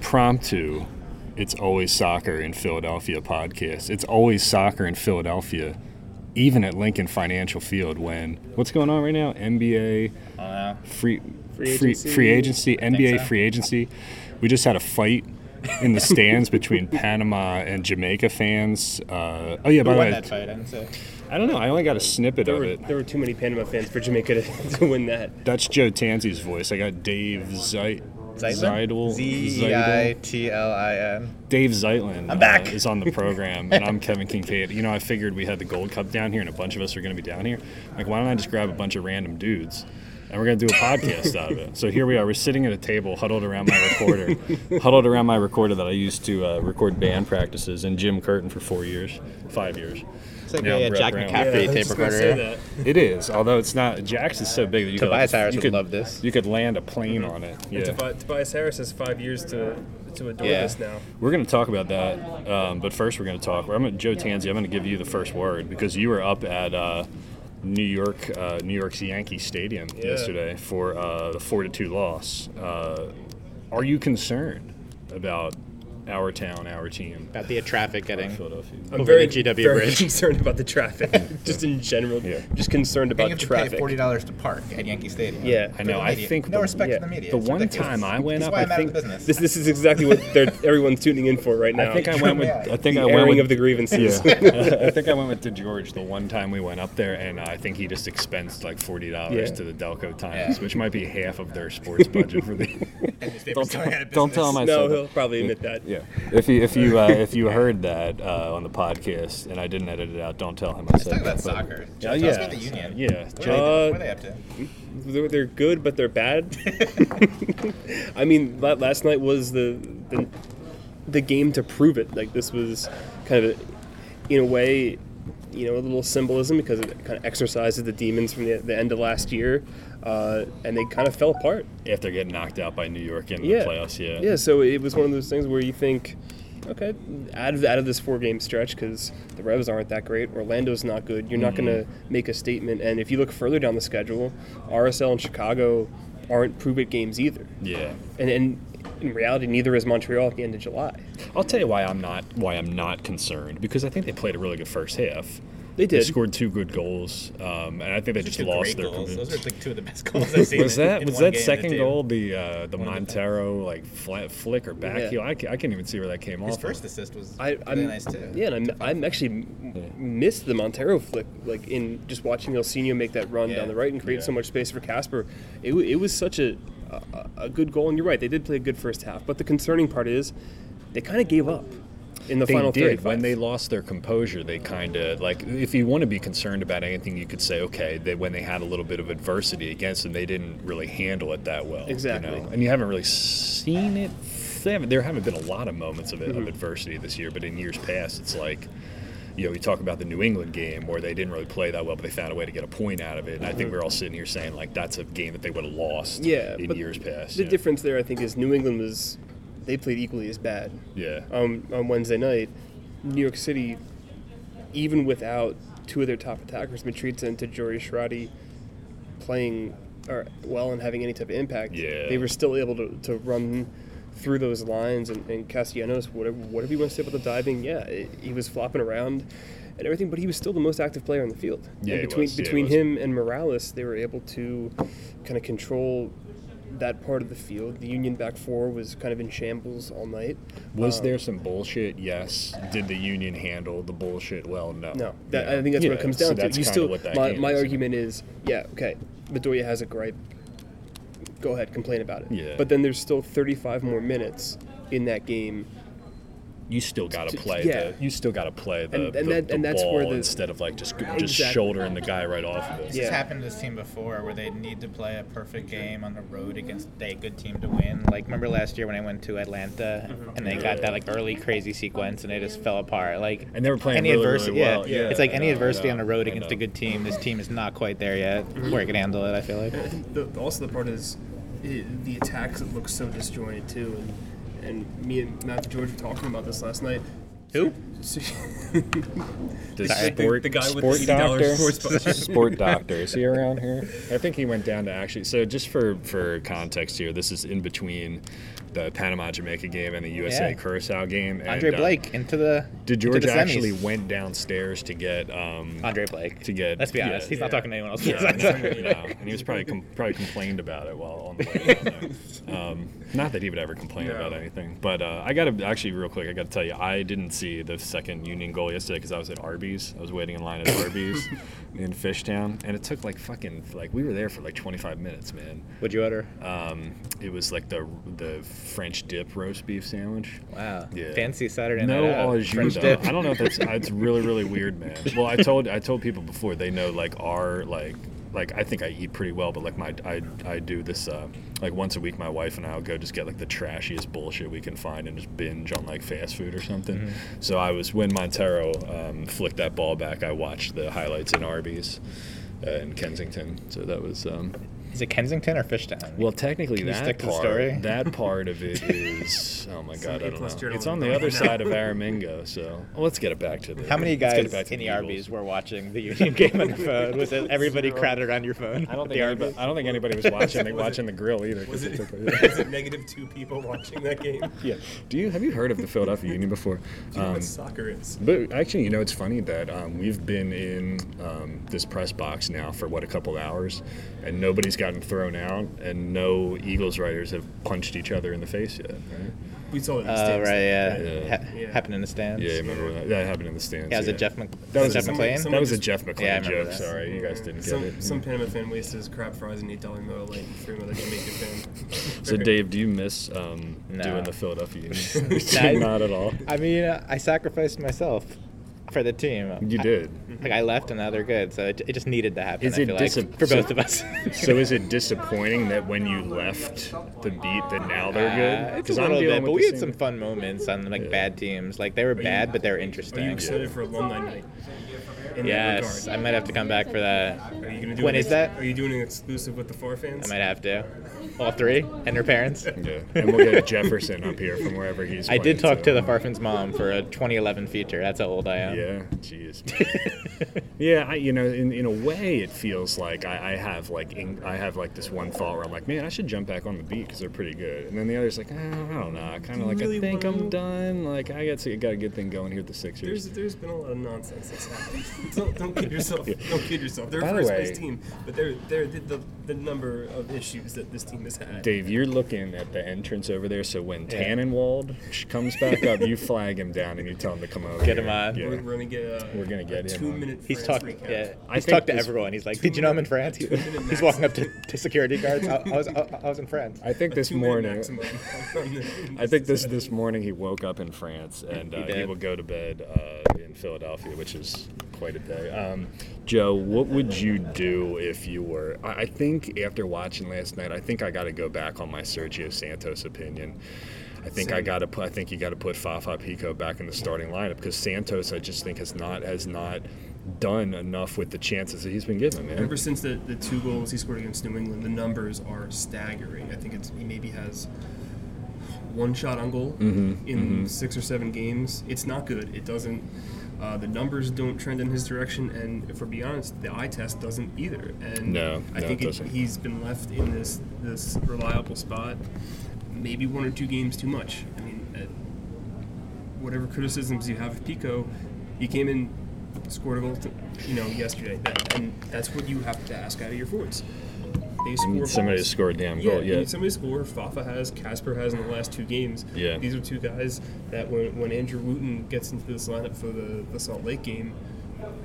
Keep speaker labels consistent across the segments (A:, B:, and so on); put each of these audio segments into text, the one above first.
A: impromptu, it's always soccer in Philadelphia podcast. It's always soccer in Philadelphia, even at Lincoln Financial Field when what's going on right now?
B: Oh,
A: NBA free free
C: Free
A: free agency,
C: agency?
A: NBA
C: so.
A: free agency. We just had a fight in the stands between Panama and Jamaica fans. Uh, oh yeah, by the
B: Who won
A: way,
B: that fight? I didn't say.
A: I don't know. I only got a snippet
C: There
A: of
C: were,
A: it.
C: there were too many Panama fans for Jamaica to, to win that.
A: That's Joe Tanzi's voice. I got Dave Zeit. Zeidel.
B: Z E I T L I N.
A: Dave Zeitlin uh,
B: I'm back.
A: is on the program, and I'm Kevin Kincaid. You know, I figured we had the Gold Cup down here, and a bunch of us are going to be down here. Like, why don't I just grab a bunch of random dudes, and we're going to do a podcast out of it? So here we are. We're sitting at a table, huddled around my recorder, huddled around my recorder that I used to uh, record band practices in Jim Curtin for four years, five years.
B: It's like
A: Now
B: a
A: Brett
B: Jack
A: Brown.
B: McCaffrey
C: I was
B: tape
C: just gonna
B: recorder.
C: say that.
A: It is, although it's not. Jack's is so big that you
B: Tobias
A: could, like,
B: Harris
A: you
B: would
A: could
B: love this. Mm-hmm.
A: You could land a plane on it. Yeah.
C: Tobi- Tobias Harris has five years to to adore
B: Yeah.
C: this now.
A: We're going to talk about that, um, but first we're going to talk. I'm gonna, Joe Tanzi. I'm going to give you the first word because you were up at uh, New York, uh, New York's Yankee Stadium yesterday for uh, the four to two loss. Uh, are you concerned about our town, our team,
B: About the traffic getting.
A: Philadelphia?
C: I'm
B: Over
C: very
B: the GW
C: very
B: bridge.
C: concerned about the traffic, just in general.
A: Yeah.
C: Just concerned
B: And you
C: about
B: have to pay
C: traffic.
B: forty dollars to park at Yankee Stadium.
C: Yeah.
A: I know. I think
B: no
A: the,
B: respect
C: yeah,
B: to the media.
A: the
B: It's
A: one
B: ridiculous.
A: time I went
B: That's
A: up,
B: why
A: I
B: I'm out of
A: think
B: business.
C: This this is exactly what they're, everyone's tuning in for right now.
A: I think I went with. I think
C: the
A: I went
C: airing
A: with
C: of the grievances.
A: Yeah. I think I went with DeGeorge the one time we went up there, and I think he just expensed like forty dollars
C: Yeah.
A: to the Delco Times,
B: Yeah.
A: which might be half of their sports budget for the.
B: Newspaper's going out of
A: don't
B: business.
A: tell my-
C: No, he'll probably admit that.
A: Yeah, if you if you uh, if you heard that uh, on the podcast and I didn't edit it out, don't tell him I said
B: Let's talk
A: that.
B: about
A: but-
B: soccer.
A: Yeah,
B: Tell us about the
A: yeah,
B: union.
A: yeah.
B: What are,
C: Uh,
B: they, what are they up to?
C: They're, they're good, but they're bad. I mean, la- last night was the, the the game to prove it. Like this was kind of, a, in a way, you know, a little symbolism because it kind of exercises the demons from the, the end of last year, uh, and they kind of fell apart.
A: After getting knocked out by New York in
C: Yeah.
A: the playoffs, yeah.
C: Yeah, so it was one of those things where you think, okay, out of out of this four game stretch, because the Revs aren't that great, Orlando's not good. You're not going to make a statement. And if you look further down the schedule, RSL and Chicago aren't prove it games either.
A: Yeah.
C: And and in reality, neither is Montreal at the end of July.
A: I'll tell you why I'm not why I'm not concerned because I think they played a really good first half.
C: They did.
A: They scored two good goals, um, and I think they just
B: Two
A: lost
B: great
A: their.
B: goals.
A: convic-
B: Those are like two of the best goals I've seen.
A: was
B: in-
A: that
B: in
A: was
B: one
A: that
B: game in
A: second
B: the team.
A: goal the uh, the
B: of the-
A: Montero like flat flick or back
C: Yeah.
A: heel? I, can't, I can't even see where that came
B: His
A: off.
B: first assist was
C: I,
B: really
C: I'm
B: nice too.
C: yeah, and I'm, I'm actually m- missed the Montero flick, like in just watching Elsinio make that run
B: Yeah.
C: down the right and create
A: Yeah.
C: so much space for Casper. It, wa- it was such a, a a good goal, and you're right, they did play a good first half. But the concerning part is, they kind of gave up in the
A: They
C: final
A: did
C: 35.
A: when they lost their composure. They kind of like if you want to be concerned about anything, you could say okay, they when they had a little bit of adversity against them, they didn't really handle it that well. you
C: Exactly.
A: know? and you haven't really seen it. They haven't, there haven't been a lot of moments of, it,
C: Mm-hmm.
A: of adversity this year, but in years past, it's like. You know, we talk about the New England game where they didn't really play that well, but they found a way to get a point out of it. And I think we're all sitting here saying like that's a game that they would have lost
C: Mm-hmm. yeah,
A: in
C: but
A: years past.
C: The
A: you know?
C: difference there, I think, is New England was they played equally as bad.
A: Yeah.
C: um, on Wednesday night, New York City, even without two of their top attackers, Matriza and Tajori Shradi, playing or well and having any type of impact,
A: Yeah.
C: they were still able to, to run through those lines. And, and Castellanos, whatever, whatever you want to say about the diving, yeah, it, he was flopping around and everything, but he was still the most active player on the field.
A: Yeah,
C: and
A: he
C: between
A: was. Yeah, he
C: between
A: was.
C: him and Morales, they were able to kind of control that part of the field. The Union back four was kind of in shambles all night.
A: Was there
C: Um,
A: some bullshit? Yes. Did the union handle the bullshit well? No.
C: No, that, I think that's what it
A: Yeah,
C: comes
A: so
C: down to.
A: that's
C: you
A: kinda
C: still,
A: what that
C: my,
A: game
C: my
A: is.
C: argument is, yeah, okay, Bedoya has a gripe. Go ahead, complain about it.
A: Yeah.
C: But then there's still 35 more minutes in that game.
A: You still got to play.
C: yeah.
A: The, you still got to play the,
C: And- and
A: the,
C: that-
A: the
C: and that's
A: ball
C: where the-
A: instead of like just just
C: Exactly.
A: shouldering the guy right off of it.
B: This
C: Yeah.
B: has happened to this team before, where they need to play a perfect game on the road against a good team to win. Like remember last year when I went to Atlanta
A: Mm-hmm.
B: and they got that like early crazy sequence and they just fell apart. Like
A: And they were playing
B: any
A: really, really
B: adversity.
A: well.
B: yeah.
A: Yeah,
B: it's like
A: I
B: any
A: know, I
B: adversity
A: know,
B: on the road
A: I
B: against
A: know. Mm-hmm.
B: a good team. This team is not quite there yet. Where it can handle it, I feel like.
C: The, also, the part is the attacks It looks so disjointed, too. And, and me and Matt George were talking about this last night.
B: Who?
A: Does
B: Sorry.
A: sport,
C: The- the guy with
A: sport
C: the
A: doctor,
C: $80 sports budget.
A: sport doctor, is he around here? I think he went down to actually. So just for for context here, this is in between the Panama Jamaica game and the USA
B: Yeah.
A: Curacao game. And,
B: Andre
A: uh,
B: Blake into the.
A: did
B: into
A: George
B: the semis.
A: actually went downstairs to get um,
B: Andre Blake.
A: to get?
B: Let's be
A: yeah,
B: honest. He's not
A: yeah.
B: talking to anyone else.
A: Yeah, no, you know, and he was probably com- probably complained about it while on the way down there. Um, not that he would ever complain
C: No.
A: about anything, but uh, I got to actually real quick. I got to tell you, I didn't see the second Union goal yesterday because I was at Arby's. I was waiting in line at Arby's in Fishtown, and it took like fucking like we were there for like 25 minutes, man.
B: Would you order?
A: Um, it was like the the French dip roast beef sandwich.
B: Wow.
A: Yeah.
B: Fancy Saturday
A: No
B: night. out.
A: au jus,
B: French
A: though.
B: dip.
A: I don't know if that's it's really really weird, man. Well, I told I told people before they know like our like like I think I eat pretty well, but like my I I do this uh, like once a week. My wife and I will go just get like the trashiest bullshit we can find and just binge on like fast food or something.
B: Mm-hmm.
A: So I was when Montero um, flicked that ball back. I watched the highlights in Arby's. Uh, in Kensington, so that was um,
B: Is it Kensington or Fishtown?
A: well. Technically,
B: you
A: that
B: stick to the
A: part
B: story?
A: that part of it is oh my god,
C: Some
A: I don't
C: A-plus
A: know.
C: journalism
A: It's on
C: going
A: the other
C: on.
A: side of Aramingo, so well, let's get it back to the.
B: How many
A: let's get
B: guys
A: it back to
B: in the
A: Eagles.
B: Arby's were watching the Union game on your phone? Was it everybody crowded around your phone?
A: I don't
B: The
A: think anybody,
B: Arby's?
A: I don't think anybody was watching
C: Was it-
A: watching the grill either. 'cause
C: Was it,
A: they took-
C: was it negative two people watching that game?
A: yeah. Do you have you heard of the Philadelphia Union before?
C: Do you know
A: Um,
C: what soccer is?
A: But actually, you know, it's funny that um, we've been in um, this press box now for what a couple hours, and nobody's gotten thrown out, and no Eagles writers have punched each other in the face yet. Right?
C: We saw
A: uh,
C: it. in the
B: Oh,
C: stands.
B: right, yeah.
A: Yeah.
B: Ha-
C: Yeah.
B: Happened in the stands.
A: Yeah, remember that? That happened in the stands.
B: Yeah, was it Jeff Mc-
A: That was
B: Jeff
A: a-
B: McLean?
A: That was a Jeff
B: Yeah, I
A: McLean
B: remember
A: joke.
B: that.
A: Sorry, you guys didn't get
C: Some,
A: it.
C: some Panama fan wasted his crab fries and eight dollar Miller Lite and threw him at a Jamaican fan.
A: so, Dave, do you miss um,
B: No.
A: doing the Philadelphia Union?
B: That-
A: Not at all.
B: I mean, uh, I sacrificed myself for the team.
A: You
B: I-
A: did.
B: like I left and now they're good, so it, it just needed to happen.
A: Is
B: I
A: it
B: feel
A: disab-
B: like, for
A: so-
B: both of us? Uh,
A: So, is it disappointing that when you left the beat, that now they're
B: Uh,
A: good?
B: it's a
A: 'Cause I'm
B: little
A: dealing
B: bit,
A: with
B: but
A: the
B: we had
A: same-
B: some fun moments on like
A: Yeah.
B: bad teams. Like they were bad, but they were
C: Are you
B: interesting.
C: excited for alumni night? In that
B: Yes, I
C: regard?
B: might have to come back for that.
C: Are you gonna do
B: When
C: an
B: is
C: ex-
B: that?
C: Are you doing an exclusive with the four fans?
B: I might have to. All three and her parents.
A: Yeah, and we'll get Jefferson up here from wherever he's.
B: I
A: playing,
B: did talk to
A: so-
B: the Farfans mom for a 2011 feature. That's how old I am.
A: Yeah, jeez. yeah, I, you know, in, in a way, it feels like I, I have like in, I have like this one thought where I'm like, man, I should jump back on the beat because they're pretty good, and then the other's like, "Ah, I don't know, I kind of like
C: really
A: I think I'm
C: wanna-
A: done. Like I got to, got a good thing going here at the
C: There's
A: Sixers.
C: there's been a lot of nonsense that's happened. don't, don't kid yourself. Don't kid yourself. They're
A: By
C: a
A: the
C: first
A: way-
C: place team, but they're they're the, the, the number of issues that this team has had.
A: Dave, you're looking at the entrance over there, so when Tannenwald comes back up, you flag him down and you tell him to come over.
B: Get him
A: here.
B: on.
A: Yeah.
C: We're, we're gonna get a,
A: We're gonna get
C: a
A: him
C: two
A: on.
C: minute.
B: He's
C: France
B: talked.
C: recap.
B: Yeah,
A: I
B: he's
A: think
B: talked to
A: this-
B: everyone. He's like, "Did you know I'm in France?" He-
C: two-minute
B: he's walking up to,
C: maximum.
B: to security guards. I, I was I, I was in France.
A: I think
C: A
A: this
C: two-minute
A: morning.
C: maximum on the-
A: I think this this morning he woke up in France and uh, he,
B: did.
A: will go to bed uh, in Philadelphia, which is quite a day. Um, Joe, what would you do if you were? I, I think after watching last night, I think I got to go back on my Sergio Santos opinion. I think I
C: Same.
A: got to put. I think you got to put Fafa Pico back in the starting lineup because Santos, I just think has not has not done enough with the chances that he's been given, man.
C: Ever since the, the two goals he scored against New England, the numbers are staggering. I think it's he maybe has one shot on goal
A: Mm-hmm.
C: in six or seven games. It's not good. It doesn't. Uh, the numbers don't trend in his direction, and if we're being honest, the eye test doesn't either. And
A: No,
C: I
A: no,
C: think
A: it
C: it,
A: doesn't.
C: he's been left in this this reliable spot, maybe one or two games too much. I mean, uh, whatever criticisms you have of Pico, he came in, scored a goal, t you know, yesterday, that, and that's what you have to ask out of your forwards. They score
A: Somebody
C: goals.
A: scored a damn
C: Yeah,
A: goal.
C: you
A: Yeah,
C: need somebody to score. Fafa has, Casper has in the last two games.
A: Yeah.
C: These are two guys that when, when Andrew Wooten gets into this lineup for the, the Salt Lake game,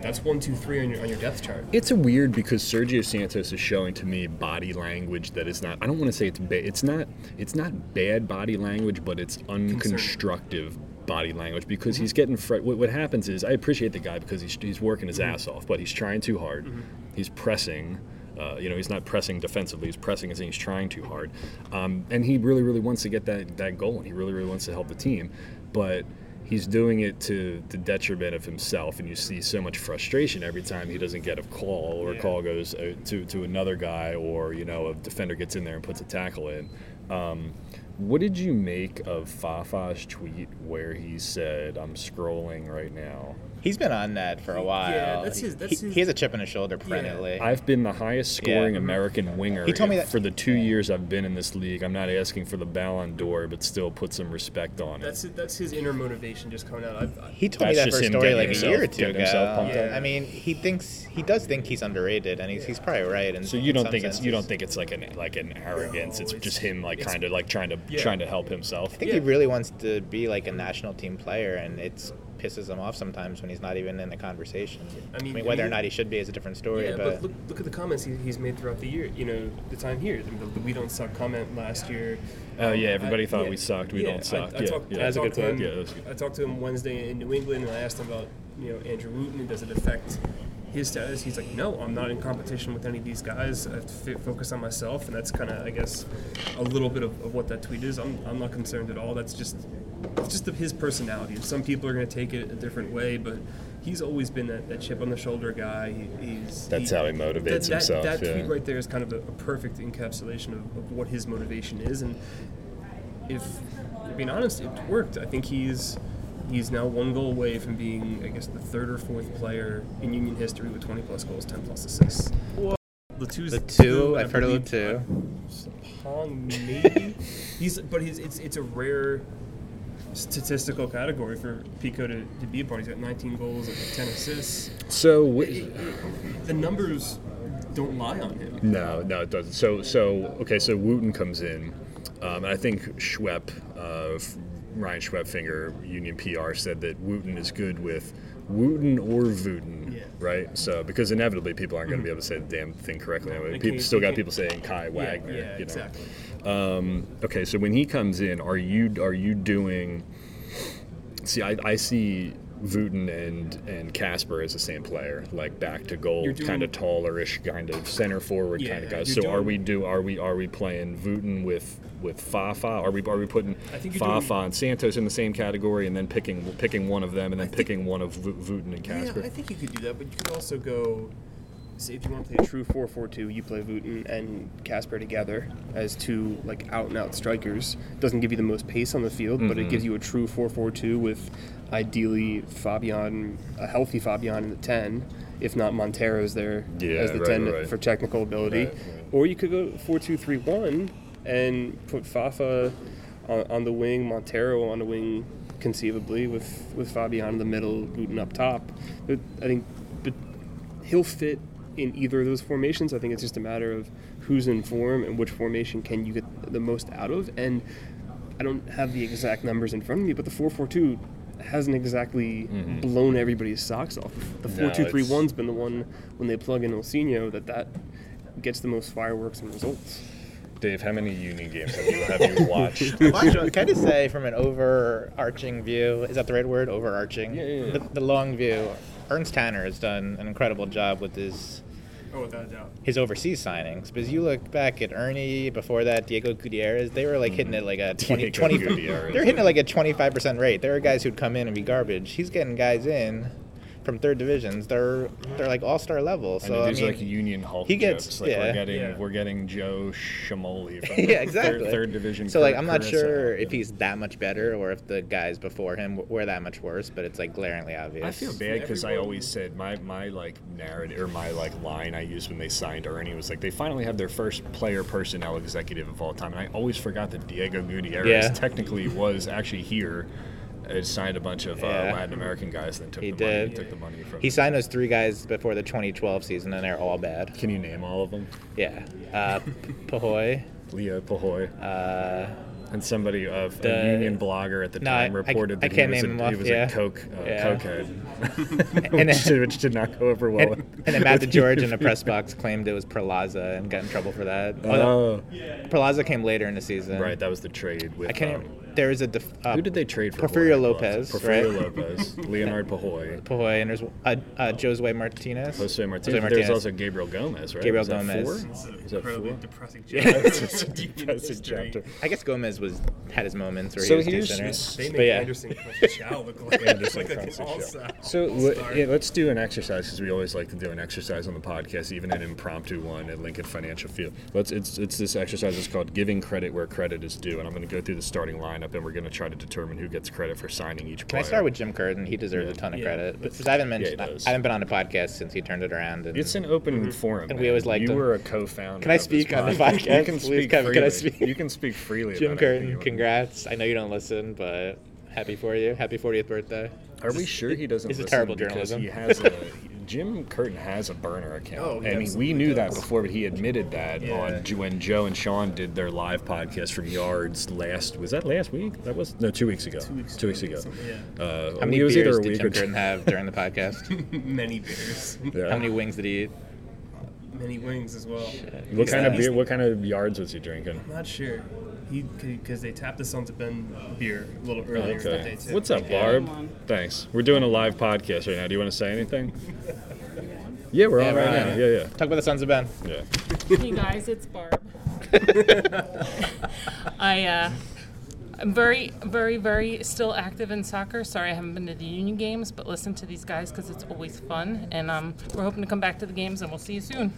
C: that's one, two, three on your on your depth chart.
A: It's a weird because Sergio Santos is showing to me body language that is not. I don't want to say it's bad. It's not. It's not bad body language, but it's unconstructive body language because he's getting. Fr- what, what happens is I appreciate the guy because he's he's working his ass off, but he's trying too hard. He's pressing. Uh, you know, he's not pressing defensively. He's pressing as in he's trying too hard, um, and he really, really wants to get that that goal, and he really, really wants to help the team, but he's doing it to the detriment of himself and you see so much frustration every time he doesn't get a call or a
C: Yeah.
A: call goes uh, to, to another guy or you know a defender gets in there and puts a tackle in um, what did you make of fafa's tweet where he said i'm scrolling right now
B: He's been on that for a while.
D: that's his-
B: He-
D: that's
B: he,
D: his-
B: he has a chip on his shoulder perennially.
A: I've been the highest scoring
B: Yeah.
A: American winger
B: He told me that-
A: for the two years I've been in this league. I'm not asking for the Ballon d'Or, but still put some respect on it.
D: That's his, that's his inner motivation just coming out. I've, I,
B: He told me
A: That's
B: that
A: just
B: first
A: him
B: story
A: getting
B: like a
A: himself-
B: year or two
A: getting
B: ago.
A: himself pumped
D: up.
B: I mean, he thinks he does think he's underrated, and he's he's probably right. And
A: So you don't think it's you don't think it's like an like an arrogance.
D: No,
A: it's,
D: it's-
A: just him like
D: it's-
A: kind of like trying to
D: Yeah.
A: trying to help himself.
B: I think
D: Yeah.
B: he really wants to be like a national team player, and it pisses him off sometimes when he's not even in the conversation.
D: I
B: I
D: mean-
B: mean,
D: I
B: whether
D: mean-
B: or not he should be is a different story.
D: yeah, but
B: but
D: look, look at the comments he, he's made throughout the year. You know, the time here, the, the "We Don't Suck" comment last year.
A: Oh yeah, everybody
D: I-
A: thought
D: yeah,
A: we sucked. We
D: yeah,
A: don't suck.
D: I, I
A: yeah,
D: talked,
A: yeah.
D: I
C: That's a
D: talked
C: good
D: to him,
A: point. Yeah, that's good.
D: I talked to him Wednesday in New England, and I asked him about you know Andrew Wooten. and Does it affect his status? He's like, no, I'm not in competition with any of these guys. I have to f- focus on myself, and that's kind of, I guess, a little bit of, of what that tweet is. I'm, I'm not concerned at all. That's just it's just of his personality. And some people are going to take it a different way, but he's always been that, that chip on the shoulder guy. He, he's
A: That's how he motivates
D: that- that,
A: himself,
D: That
A: yeah.
D: tweet right there is kind of a, a perfect encapsulation of, of what his motivation is, and if being honest, it worked. I think he's he's now one goal away from being, I guess, the third or fourth player in Union history with 20 plus goals, 10 plus assists. The two's
B: the two,
D: I
B: I've heard of the
D: believe,
B: two.
D: Pong maybe. he's but he's it's it's a rare statistical category for Pico to, to be a part. He's got 19 goals and 10 assists.
A: So
D: The numbers don't lie on him.
A: No, no, it doesn't. So, so okay, so Wooten comes in, um, and I think Schwepp, uh, f- Ryan Schwepfinger, Union PR, said that Wooten is good with Wooten or Vooten,
D: Yeah.
A: right? So, because inevitably people aren't going to be able to say the damn thing correctly. I mean,
D: They
A: people
D: can't-
A: still got
D: they can't-
A: people saying Kai Wagner.
D: yeah,
A: you know?
D: exactly.
A: Um, okay, so when he comes in, are you are you doing? See, I, I see Vooten and and Casper as the same player, like back to goal,
D: You're doing-
A: kind of tallerish, kind of center forward
D: Yeah,
A: kind of guys.
D: you're
A: So are
D: doing-
A: we do are we are we playing Vooten with with Fafa? Are we are we putting
D: I think you're
A: Fafa
D: doing-
A: and Santos in the same category, and then picking picking one of them, and then picking one of Vo- Vooten and Casper?
D: Yeah, I think you could do that, but you could also go. Say if you want to play
C: a true 4-4-2 you play Vooten and Casper together as two like out and out strikers doesn't give you the most pace on the field but
A: Mm-hmm.
C: it gives you a true 4-4-2 with ideally Fabian a healthy Fabian in the 10 if not Montero's there
A: Yeah,
C: as the
A: right,
C: 10
A: right.
C: for technical ability
A: Right, right.
C: or you could go 4-2-3-1 and put Fafa on, on the wing Montero on the wing conceivably with with Fabian in the middle Vooten up top But I think but he'll fit in either of those formations. I think it's just a matter of who's in form and which formation can you get the most out of. And I don't have the exact numbers in front of me, but the 442 hasn't exactly
A: Mm-hmm.
C: blown everybody's socks off. The
A: No, it's-
C: 4231's been the one when they plug in Olsino that that gets the most fireworks and results.
A: Dave, how many Union games have you have you watched?
B: Watch, can I just say, from an overarching view, is that the right word? Overarching.
A: Yeah, yeah, yeah.
B: The, the long view. Ernst Tanner has done an incredible job with his
D: Oh, without a doubt.
B: his overseas signings. Because you look back at Ernie before that, Diego Gutierrez, they were like hitting it like a 20,
A: Mm-hmm. Diego
B: 20
A: Gutierrez.
B: they're hitting it like a 25% rate. There are guys who'd come in and be garbage. He's getting guys in from third divisions. They're they're like all-star level.
A: I
B: So
A: know
B: I
A: these are
B: mean,
A: like Union Hulk
B: he gets-
A: jokes. Like we're
B: yeah.
A: getting
D: Yeah.
A: we're getting Joe Shamoli from the
B: yeah, exactly.
A: third, third division.
B: So like,
A: Cur-
B: I'm not
A: Curacao.
B: sure if he's that much better or if the guys before him w- were that much worse. But it's like glaringly obvious.
A: I feel bad because I
D: Everyone-
A: always said my my like narrative or my like line I used when they signed Ernie was like they finally have their first player personnel executive of all time, and I always forgot that Diego Gutierrez
B: Yeah.
A: technically was actually here. and signed a bunch of uh,
B: Yeah.
A: Latin American guys, then took
B: He
A: the money,
B: did.
A: took the money from.
B: He signed those three guys before the 2012 season, and they're all bad.
A: Can you name all of them?
B: Yeah, uh, Pahoy.
A: Leo Pahoy.
B: Uh,
A: And somebody, uh,
B: The-
A: a union blogger at the
B: No,
A: time,
B: I- I-
A: reported
B: I
A: that
B: can't
A: he was,
B: name
A: a,
B: him
A: he
B: off,
A: was
B: yeah.
A: a coke, uh,
B: Yeah.
A: cokehead,
B: And
A: which,
B: then-
A: did, which did not go over well.
B: and, and then Matt George in a press box claimed it was Perlaza and got in trouble for that. Although
A: oh,
B: Perlaza came later in the season.
A: right, that was the trade with.
B: I can't.
A: um,
B: there is a. Def, uh,
A: who did they trade for?
B: Porfirio
A: Jorge
B: Lopez,
A: Peralta? Porfirio
B: right?
A: Lopez, Leonard Pahoy,
B: Pahoy and there's uh, uh, Josue Martinez.
A: Jose Martinez.
B: Jose
A: But There's also Gabriel Gomez, right?
B: Gabriel
A: Is that
B: Gomez.
A: four?
D: It's an
A: Is that
D: incredibly
A: four?
D: depressing
A: it's just a
D: chapter. Union
A: depressing
D: history.
A: chapter.
B: I guess Gomez was had his moments where
A: So
B: he was
A: here's-
B: decent. right?
D: They
B: But
D: make
B: yeah.
D: Anderson Chow look like,
A: Anderson
D: like an
A: Crosby Chow.
D: all-star.
A: So
D: all-star.
A: let, yeah, let's do an exercise because we always like to do an exercise on the podcast, even an impromptu one at Lincoln Financial Field. Let's it's it's this exercise is called giving credit where credit is due, and I'm going to go through the starting lineup lineup, and we're going to try to determine who gets credit for signing each
B: Can
A: player.
B: I start with Jim Curtin? He deserves
A: Yeah.
B: a ton of
D: Yeah.
B: credit because I haven't
A: he
B: mentioned.
A: does.
B: I haven't been on the podcast since he turned it around. And
A: It's an open forum.
B: And we
A: man.
B: always like
A: you
B: to-
A: were a co-founder.
B: Can I
A: of this
B: speak on the
A: You
B: podcast?
A: can
B: Please,
A: speak
B: can-
A: freely.
B: can I speak?
A: You can speak freely.
B: Jim
A: about anything you
B: Curtin,
A: want.
B: congrats! I know you don't listen, but happy for you. Happy 40th birthday.
A: Are we sure he doesn't?
B: it's a
A: listen
B: terrible
A: because
B: journalism.
A: He has a, Jim Curtin has a burner account.
D: Oh, he
A: I mean, we
D: absolutely
A: knew that
D: does.
A: before, but he admitted that
D: Yeah.
A: on when Joe and Sean did their live podcast from Yards last. Was that last week? That was no, two weeks ago. Two
D: weeks
A: ago.
D: something, yeah.
A: Uh,
B: How many
A: it was
B: beers
A: either a
B: did
A: week
B: Jim
A: or two.
B: Curtin have during the podcast?
D: Many beers,
A: Yeah.
B: How many wings did he eat?
D: many wings as well.
A: What
D: He's
A: kind of
D: not-
A: beer? What kind of yards was he drinking?
D: I'm not sure. He because they tapped us onto Ben Beer a little earlier that day too.
A: What's up, Barb?
E: Come on.
A: Thanks. We're doing a live podcast right now. Do you want to say anything? Yeah, we're on
B: we're
A: right
B: on.
A: now. Yeah,
B: Talk about the Sons of Ben.
A: yeah, yeah.
E: Hey guys, it's Barb. I uh, I'm very, very, very still active in soccer. Sorry, I haven't been to the union games, but listen to these guys because it's always fun. And um, we're hoping to come back to the games, and we'll see you soon.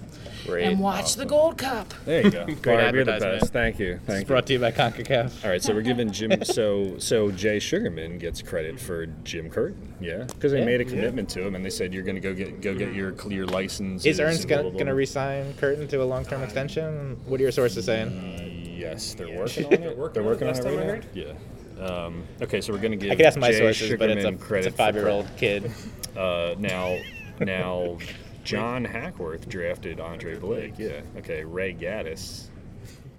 B: Great.
E: And watch the Gold Cup.
A: There you go. Barb, you're the
B: advertisement.
A: best. Thank you. Thank you.
B: Brought to you by Concacaf.
A: All right, so we're giving Jim. So so Jay Sugarman gets credit for Jim Curtin, yeah, because they made a commitment to him, and they said you're going to go get go get your clear license.
B: Is Ernst gonna, gonna re-sign Curtin to a
A: Uh,
B: long-term extension? What are your sources
A: Mm,
B: saying?
A: Yes, they're working on it. They're working, on it
C: last
A: right
C: time I
A: now. Yeah. Um, okay, so we're going to give
B: I could ask my
A: Jay
B: sources, but
A: Sugarman
B: it's a,
A: credit
B: it's
A: for
B: a five-year-old kid.
A: credit. Uh, now now John Hackworth drafted Andre Blake. Yeah. Okay, Ray Gaddis.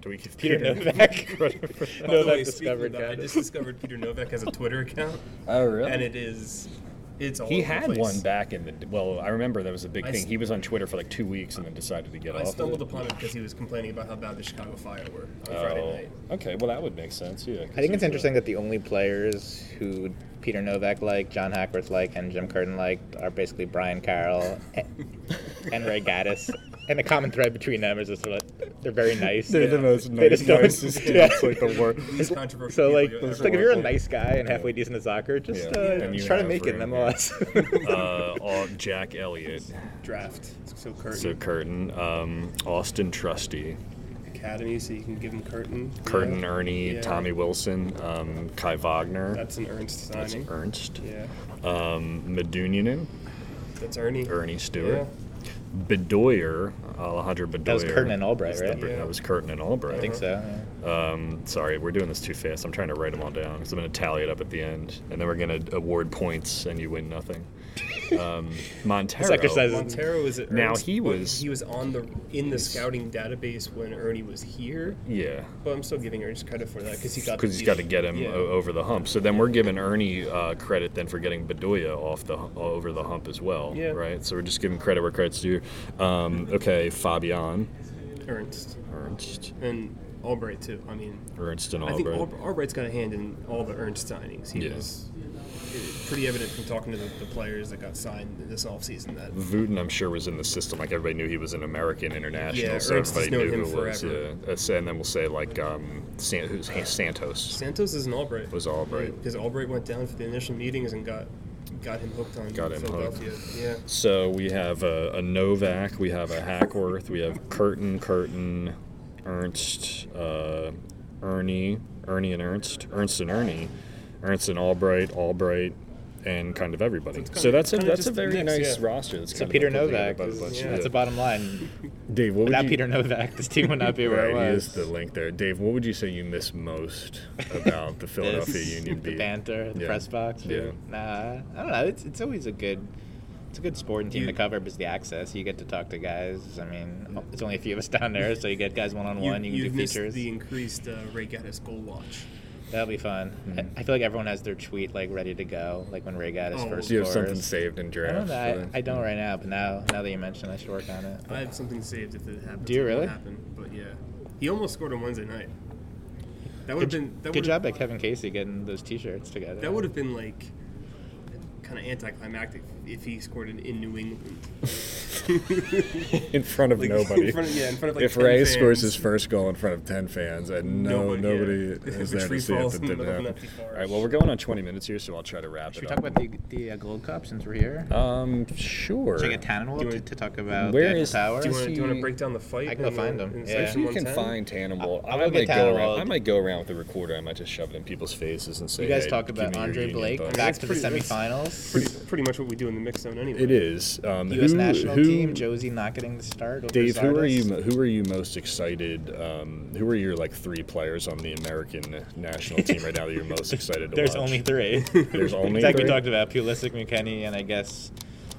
A: Do we give
B: Peter Novak.
D: By the
B: Novak
D: way, speaking of
B: discovered
D: that, I
B: Gaddis.
D: just discovered Peter Novak has a Twitter account,
A: Oh really?
D: and it is, it's all.
A: He
D: over the
A: had
D: place.
A: one back in the well. I remember that was a big
D: I
A: thing.
D: s-
A: He was on Twitter for like two weeks and then decided to get
D: I
A: off.
D: stumbled
A: of it.
D: upon it because he was complaining about how bad the Chicago Fire were on
A: Oh,
D: Friday night.
A: okay. Well, that would make sense. Yeah. 'cause
B: I think it's
A: he's a-
B: interesting that the only players who Peter Novak liked, John Hackworth liked, and Jim Curtin liked are basically Brian Carroll and, and Ray Gaddis. And the common thread between them is just sort of, they're very nice.
A: They're the most
B: They just
A: nice,
B: don't-
A: nicest
B: yeah.
A: kids, like the worst.
D: Least controversial.
B: So
D: people
B: like,
D: you
B: it's
D: ever
B: like if
D: worked
B: you're a
D: with.
B: nice guy and halfway decent at soccer, just
A: Yeah.
B: uh,
A: And you
B: try to
A: have
B: make it
A: room,
B: nonetheless.
A: Uh, all- Jack Elliott,
D: draft, so curtain
A: so Curtin, um, Austin Trusty,
D: academy, so you can give him curtain.
A: Curtin, Ernie,
D: Yeah.
A: Tommy Wilson, um, Kai Wagner,
D: That's an Ernst
A: that's
D: signing.
A: Ernst,
D: Yeah,
A: um, Madunianin,
D: that's Ernie.
A: Ernie Stewart, Bedoyer, Alejandro Bedoyer.
B: that was Curtin and Albright,
A: That's the
B: right?
A: br- That was Curtin and Albright.
B: I think so. yeah.
A: Um, sorry, we're doing this too fast. I'm trying to write them all down because I'm going to tally it up at the end, and then we're going to award points, and you win nothing. Um, Montero.
B: exercise is-
D: Montero is at
A: Now,
D: Ernst,
A: he
D: but
A: was-
D: he was on the in the scouting database when Ernie was here.
A: Yeah,
D: But I'm still giving Ernst credit for that because he got
A: because he's got to get him
D: Yeah.
A: o- over the hump. So then we're giving Ernie uh, credit then for getting Bedoya off the hu- over the hump as well,
D: Yeah.
A: right? So we're just giving credit where credit's due. Um, okay, Fabian,
D: Ernst
A: Ernst,
D: and Albright too. I mean,
A: Ernst and
D: I think
A: Albright.
D: Albright. Albright's got a hand in all the Ernst signings. He
A: Yeah.
D: was it- pretty evident from talking to the, the players that got signed this offseason that
A: Vooten, I'm sure, was in the system. Like everybody knew he was an American international,
D: Yeah,
A: so
D: Ernst has
A: everybody knew
D: known
A: who
D: him
A: it was.
D: forever.
A: Yeah. Uh, so- And then we'll say like um, San- who's Santos
D: Santos is an Albright.
A: was Albright.
D: Because Albright went down for the initial meetings and got got him hooked on
A: Got him hooked.
D: Philadelphia. Yeah.
A: So we have a, a Novak, we have a Hackworth, we have Curtin, Curtin, Ernst, uh, Ernie, Ernie and Ernst, Ernst and Ernie, Ernst and Albright, Albright, and kind of everybody.
D: it's
A: so
D: kinda-
A: that's a
D: kinda
A: that's
D: just
A: a very
D: mixed,
A: nice
D: yeah.
A: roster. That's
B: So Peter Novak,
A: That's
B: is, that's the bottom line.
A: Dave, what would
B: Without
A: you,
B: Peter Novak, this team would not be where
A: Right, he
B: it
A: is
B: was.
A: the link there. Dave, what would you say you miss most about the Philadelphia
B: This,
A: Union
B: the
A: beat?
B: banter, the
A: Yeah.
B: press box.
A: Yeah.
B: Nah, I don't know. It's, it's always a good, it's a good sporting team
D: You-
B: to cover because the access you get to talk to guys. I mean, it's only a few of us down there, so you get guys one on one. You can
D: you've
B: do
D: missed
B: features.
D: the increased uh, Ray Gaddis goal watch.
B: That'll be fun. I, I feel like everyone has their tweet like ready to go. Like when Ray got his
D: Oh,
B: first.
A: Do you have
B: scores.
A: something saved in
B: I
A: draft?
B: don't know.
A: for
B: I,
A: that?
B: I don't right now, but now now that you mentioned, I should work on it.
D: I have something saved if it happens.
B: Do you
D: It won't
B: really?
D: Happen, but yeah, he almost scored on Wednesday night. That would have been that
B: Good
D: would've-
B: job by Kevin Casey getting those T-shirts together.
D: That would have been like kind of anticlimactic if he scored it in New England.
A: in front of
D: Like,
A: nobody.
D: in front of- yeah, in front of, like,
A: if
D: 10
A: Ray
D: fans.
A: scores his first goal in front of ten fans and no
B: uh,
D: Nobody-
A: nobody,
D: yeah.
A: is
D: The
A: there
D: tree
A: to see it,
D: falls
A: that
D: in the
A: didn't
D: middle of an
A: happen.
D: empty
F: All
D: forest.
F: right, well, we're going on 20 minutes here, so I'll try to wrap
B: Should we
F: it
B: talk
F: up.
B: about the, the uh, Gold Cup since we're here?
F: um, sure.
B: Should I get Tannenwald
D: Do
B: to,
D: we-
B: to talk about
F: Where
B: the Eiffel
F: is-
B: Tower?
D: Do you want to, do you want
F: he-
D: to break down the fight? uh,
B: I can go
D: in the-
B: find him,
D: in
B: yeah.
D: section
B: Actually,
A: You can
D: 110?
A: find Tannenwald.
B: I- I
A: I,
B: will
A: might
B: get
A: go around.
B: Tannenwald.
A: I might go around with a recorder. I might just shove it in people's faces and say,
B: You guys
A: "Hey,
B: talk
A: give
B: about
A: me your
B: Andre
A: union
B: Blake
A: bucks."
B: back
D: That's
B: to the
D: pretty- that's-
B: semifinals.
D: Pretty, pretty much what we do in the mix zone anyway.
A: It is um,
B: U.S.
A: who-
B: national
A: who-
B: team. Josie not getting the start. Over
A: Dave, who are
B: Zardes.
A: you? mo- Who are you most excited? Um, who are your like three players on the American national team right now that you're most excited to
B: There's
A: watch?
B: only three.
A: There's only
B: like we
A: three?
B: talked about Pulisic, McKenny, and I guess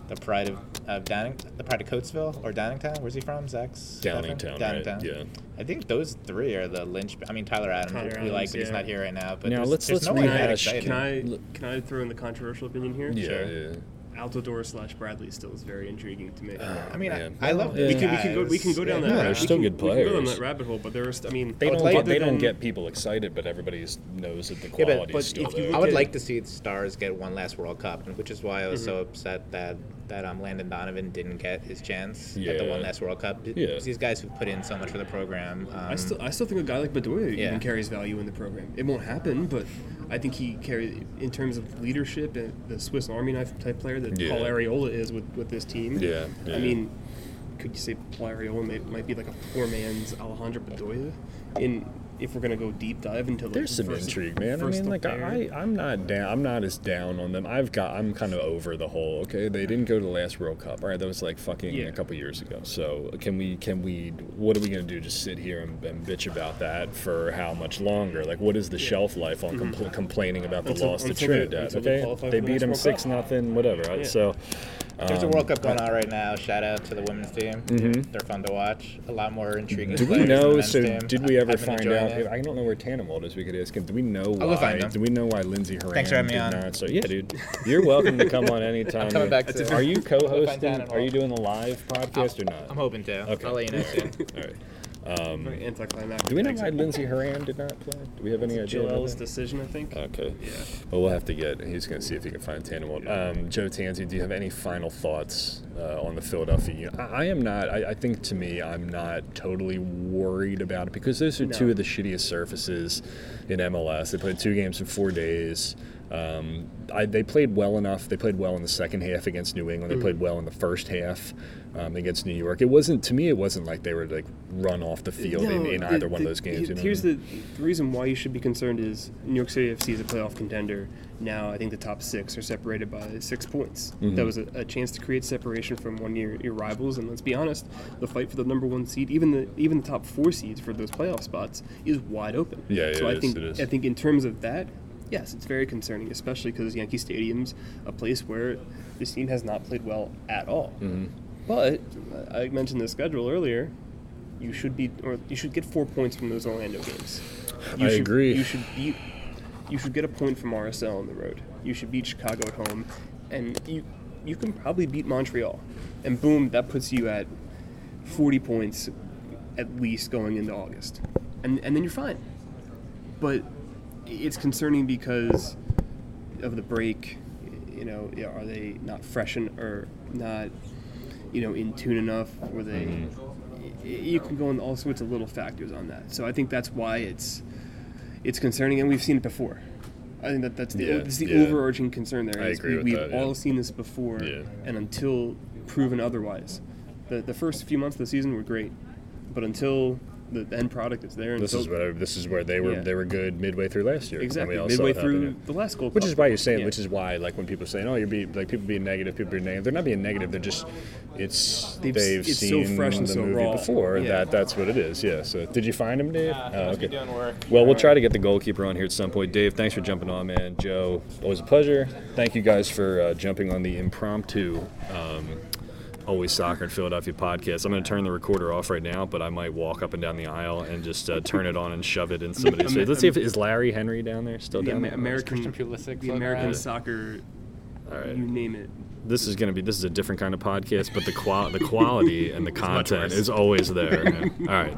B: the pride of, of Downing, the pride of Coatesville or Downingtown. Where's he from? Zach's
A: Downingtown, right,
B: Downingtown.
A: yeah.
B: I think those three are the lynch. I mean, Tyler Adams.
D: Tyler
B: we
D: Adams,
B: like, but he's
D: yeah.
B: not here right now. But
A: Now,
B: there's,
A: let's- let's
B: there's no one that
A: rehash.
B: excited.
D: Can I can I throw in the controversial opinion here?
A: Yeah,
B: Sure.
A: yeah.
D: Altidore slash Bradley still is very intriguing to me.
B: I mean,
A: Man.
B: I, I love.
A: Yeah.
B: those
A: We
D: we can go. We can go
B: guys.
D: down that.
A: Uh, Yeah,
D: rabbit-
A: they're
D: we
A: still
D: can-
A: good
D: We can go down
A: players.
D: that rabbit hole, but there's. I mean,
A: They
B: Well,
A: don't
B: like-
A: get, they
D: other
A: don't
D: than-
A: get people excited, but everybody knows that the
B: Yeah,
A: quality
B: but, but
A: is still
D: if you
A: there.
B: I would
D: did.
B: like to see the Stars get one last World Cup, and- which is why I was
A: Mm-hmm.
B: so upset that that um, Landon Donovan didn't get his chance at the
A: Yeah.
B: one last World Cup. It-
A: Yeah.
B: it's These guys who've put in so much for the program. Um,
D: I still, I still think a guy like Bedoya
B: Yeah.
D: even carries value in the program. It won't happen, but I think he carries in terms of leadership and the Swiss Army knife type player that
A: Yeah.
D: Paul Areola is with, with this team.
A: Yeah, yeah.
D: I mean, could you say Paul Areola may, might be like a poor man's Alejandro Bedoya? In if we're gonna go deep dive into like
A: There's some
D: first-
A: intrigue, man. I
D: first
A: mean, like
D: player.
A: I, I'm not down. I'm not as down on them. I've got. I'm kind of over the whole. Okay, they didn't go to the last World Cup. All right, that was like fucking
D: Yeah.
A: a couple years ago. So can we? Can we? What are we gonna do? Just sit here and, and bitch about that for how much longer? Like, what is the shelf life on compl- complaining about the
D: Mm-hmm. Until-
A: loss to
D: until they-
A: Trinidad?
D: until they
A: okay,
D: qualify
A: they
D: for the
A: beat
D: next
A: them
D: World Cup.
A: six nothing. Whatever. right?
D: Yeah.
A: So
B: There's a
A: um,
B: World Cup going on right now. Shout out to the women's team. They're fun to watch. A lot more intriguing.
A: Mm-hmm. do we
B: players than the
A: know?
B: men's
A: So
B: team.
A: did we
B: I-
A: ever
B: I've been
A: find
B: enjoying
A: out?
B: it.
A: I don't know where Tannenwald is. We could ask him. Do we know
B: I'll go
A: why?
B: find him.
A: Do we know why Lindsay Horan?
B: Thanks for having me
A: did
B: on.
A: Not? So yeah, dude, you're welcome to come on anytime.
B: coming back That's soon. it.
A: Are you
B: I'll go find
A: co-hosting?
B: Tannenwald.
A: Are you doing the live podcast or not?
B: I'm hoping to.
A: Okay.
B: I'll let you know soon.
A: All right.
D: Very anticlimactic.
A: Do we know
D: exit.
A: why Lindsay Horan did not play? Do we have any idea? about
D: Joel's
A: that?
D: decision, I think.
A: Okay.
D: Yeah.
A: Well, we'll have to get. He's going to see if he can find Tannenwald. Um, Joe Tanzi, do you have any final thoughts uh, on the Philadelphia? Union? I, I am not. I, I think to me, I'm not totally worried about it because those are two
D: No.
A: of the shittiest surfaces in MLS. They played two games in four days. Um, I, they played well enough. They played well in the second half against New England. They
D: Mm.
A: played well in the first half um, against New York. It wasn't to me. It wasn't like they were like run off the field in,
D: No,
A: in
D: the-
A: either one
D: the-
A: of those games. you know what I
D: here's
A: mean?
D: the, the reason why you should be concerned is New York City FC is a playoff contender. Now I think the top six are separated by six points.
A: Mm-hmm.
D: That was a, a chance to create separation from one of your, your rivals. And let's be honest, the fight for the number one seed, even the even the top four seeds for those playoff spots, is wide open.
A: Yeah, it
D: so I
A: is,
D: think
A: it is.
D: I think in terms of that. Yes, it's very concerning, especially because Yankee Stadium's a place where this team has not played well at all.
A: Mm-hmm.
D: But I mentioned the schedule earlier. You should be, or you should get four points from those Orlando games. You
A: I
D: should,
A: agree.
D: You should beat. You should get a point from RSL on the road. You should beat Chicago at home, and you you can probably beat Montreal, and boom, that puts you at forty points at least going into August, and and then you're fine. But it's concerning because of the break. You know, are they not fresh en- or not? You know, in tune enough? Were they?
A: Mm-hmm.
D: y- You can go in all sorts of little factors on that. So I think that's why it's it's concerning, and we've seen it before. I think that that's the
A: Yeah,
D: that's the
A: yeah.
D: overarching concern there.
A: I
D: is
A: agree
D: we,
A: with
D: we've
A: that, yeah.
D: all seen this before,
A: Yeah.
D: and until proven otherwise, the the first few months of the season were great, but until the the end product is there,
A: This
D: until
A: is what I, this is where they were
D: Yeah.
A: they were good midway through last year. and
D: exactly
A: we all saw
D: midway
A: it happen,
D: through
A: yeah.
D: the last goal,
A: Which is why you're saying,
D: Yeah.
A: which is why, like when people say, "Oh, you're being like people being negative, people being negative." They're not being negative. They're just, it's they've,
D: They've s- it's so
A: seen
D: fresh and
A: the
D: so
A: movie
D: raw.
A: before.
D: Yeah.
A: That that's what it is. Yeah. So did you find him, Dave? Uh,
C: Nah, must be doing work.
A: Well, we'll try to get the goalkeeper on here at some point. Dave, thanks for jumping on, man. Joe, always a pleasure. Thank you guys for uh, jumping on the impromptu. Um, Always Soccer in Philadelphia podcast. I'm going to turn the recorder off right now, but I might walk up and down the aisle and just uh, turn it on and shove it in somebody's face. Let's see if is Larry Henry down there still
D: the
A: down
D: Amer-
A: there.
D: American
C: Christian Pulisic
D: the
C: floating
D: American
C: around.
D: soccer,
A: All
D: you
A: right.
D: name it.
A: This is going to be this is a different kind of podcast, but the qual the quality and the
B: much
A: content
B: worse.
A: is always there. All right.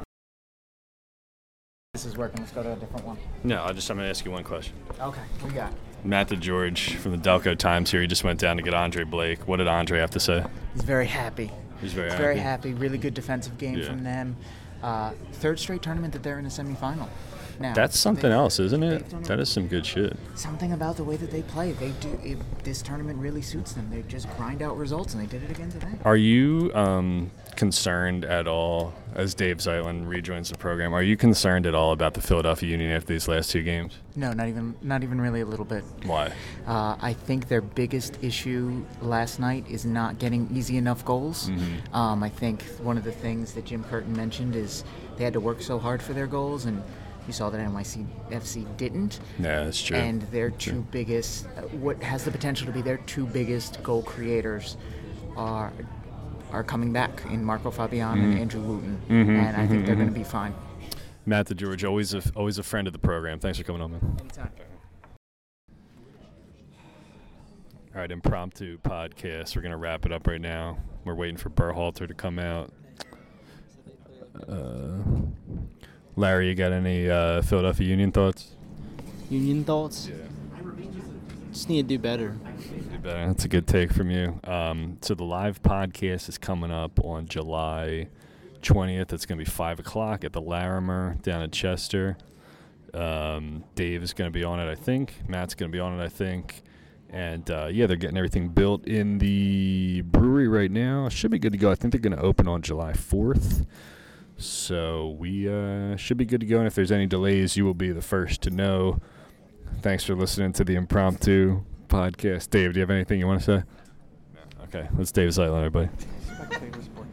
G: This is working. Let's go to a different one.
A: No, I just I'm gonna ask you one question.
G: Okay, what do you got?
A: Matt the George from the Delco Times here. He just went down to get Andre Blake. What did Andre have to say?
G: He's very happy.
A: He's very
G: He's
A: happy.
G: very happy. Really good defensive game
A: Yeah.
G: from them. Uh, third straight tournament that they're in a semifinal. Now
A: That's something
G: They-
A: else, isn't
G: they've
A: it?
G: done
A: That is some good shit.
G: Something about the way that they play. They do. It, this tournament really suits them. They just grind out results, and they did it again today.
A: Are you um, concerned at all, as Dave Zeitlin rejoins the program, are you concerned at all about the Philadelphia Union after these last two games?
G: No, not even. Not even really a little bit.
A: Why?
G: Uh, I think their biggest issue last night is not getting easy enough goals.
A: Mm-hmm.
G: Um, I think one of the things that Jim Curtin mentioned is they had to work so hard for their goals, and you saw that NYCFC didn't.
A: Yeah, that's true.
G: And their two biggest, uh, what has the potential to be their two biggest goal creators, are are coming back in Marco Fabian
A: Mm-hmm.
G: and Andrew Wooten, and I think they're going to be fine.
A: Matt the George, always a always a friend of the program. Thanks for coming on, man. All right, impromptu podcast. We're gonna wrap it up right now. We're waiting for Burhalter to come out. Uh, Larry, you got any uh, Philadelphia Union thoughts?
H: Union thoughts. Yeah. Just need to do better.
A: Do better. That's a good take from you. Um, so the live podcast is coming up on July 20th. It's going to be 5 o'clock at the Larimer down at Chester. Um, Dave is going to be on it, I think. Matt's going to be on it, I think. And uh, yeah, they're getting everything built in the brewery right now. Should be good to go. I think they're going to open on July 4th. So we uh, should be good to go. And if there's any delays, you will be the first to know. Thanks for listening to the impromptu podcast. Dave, do you have anything you want to say? No. Okay, let's Dave Zeitlin, everybody.
G: Respect favorite sports.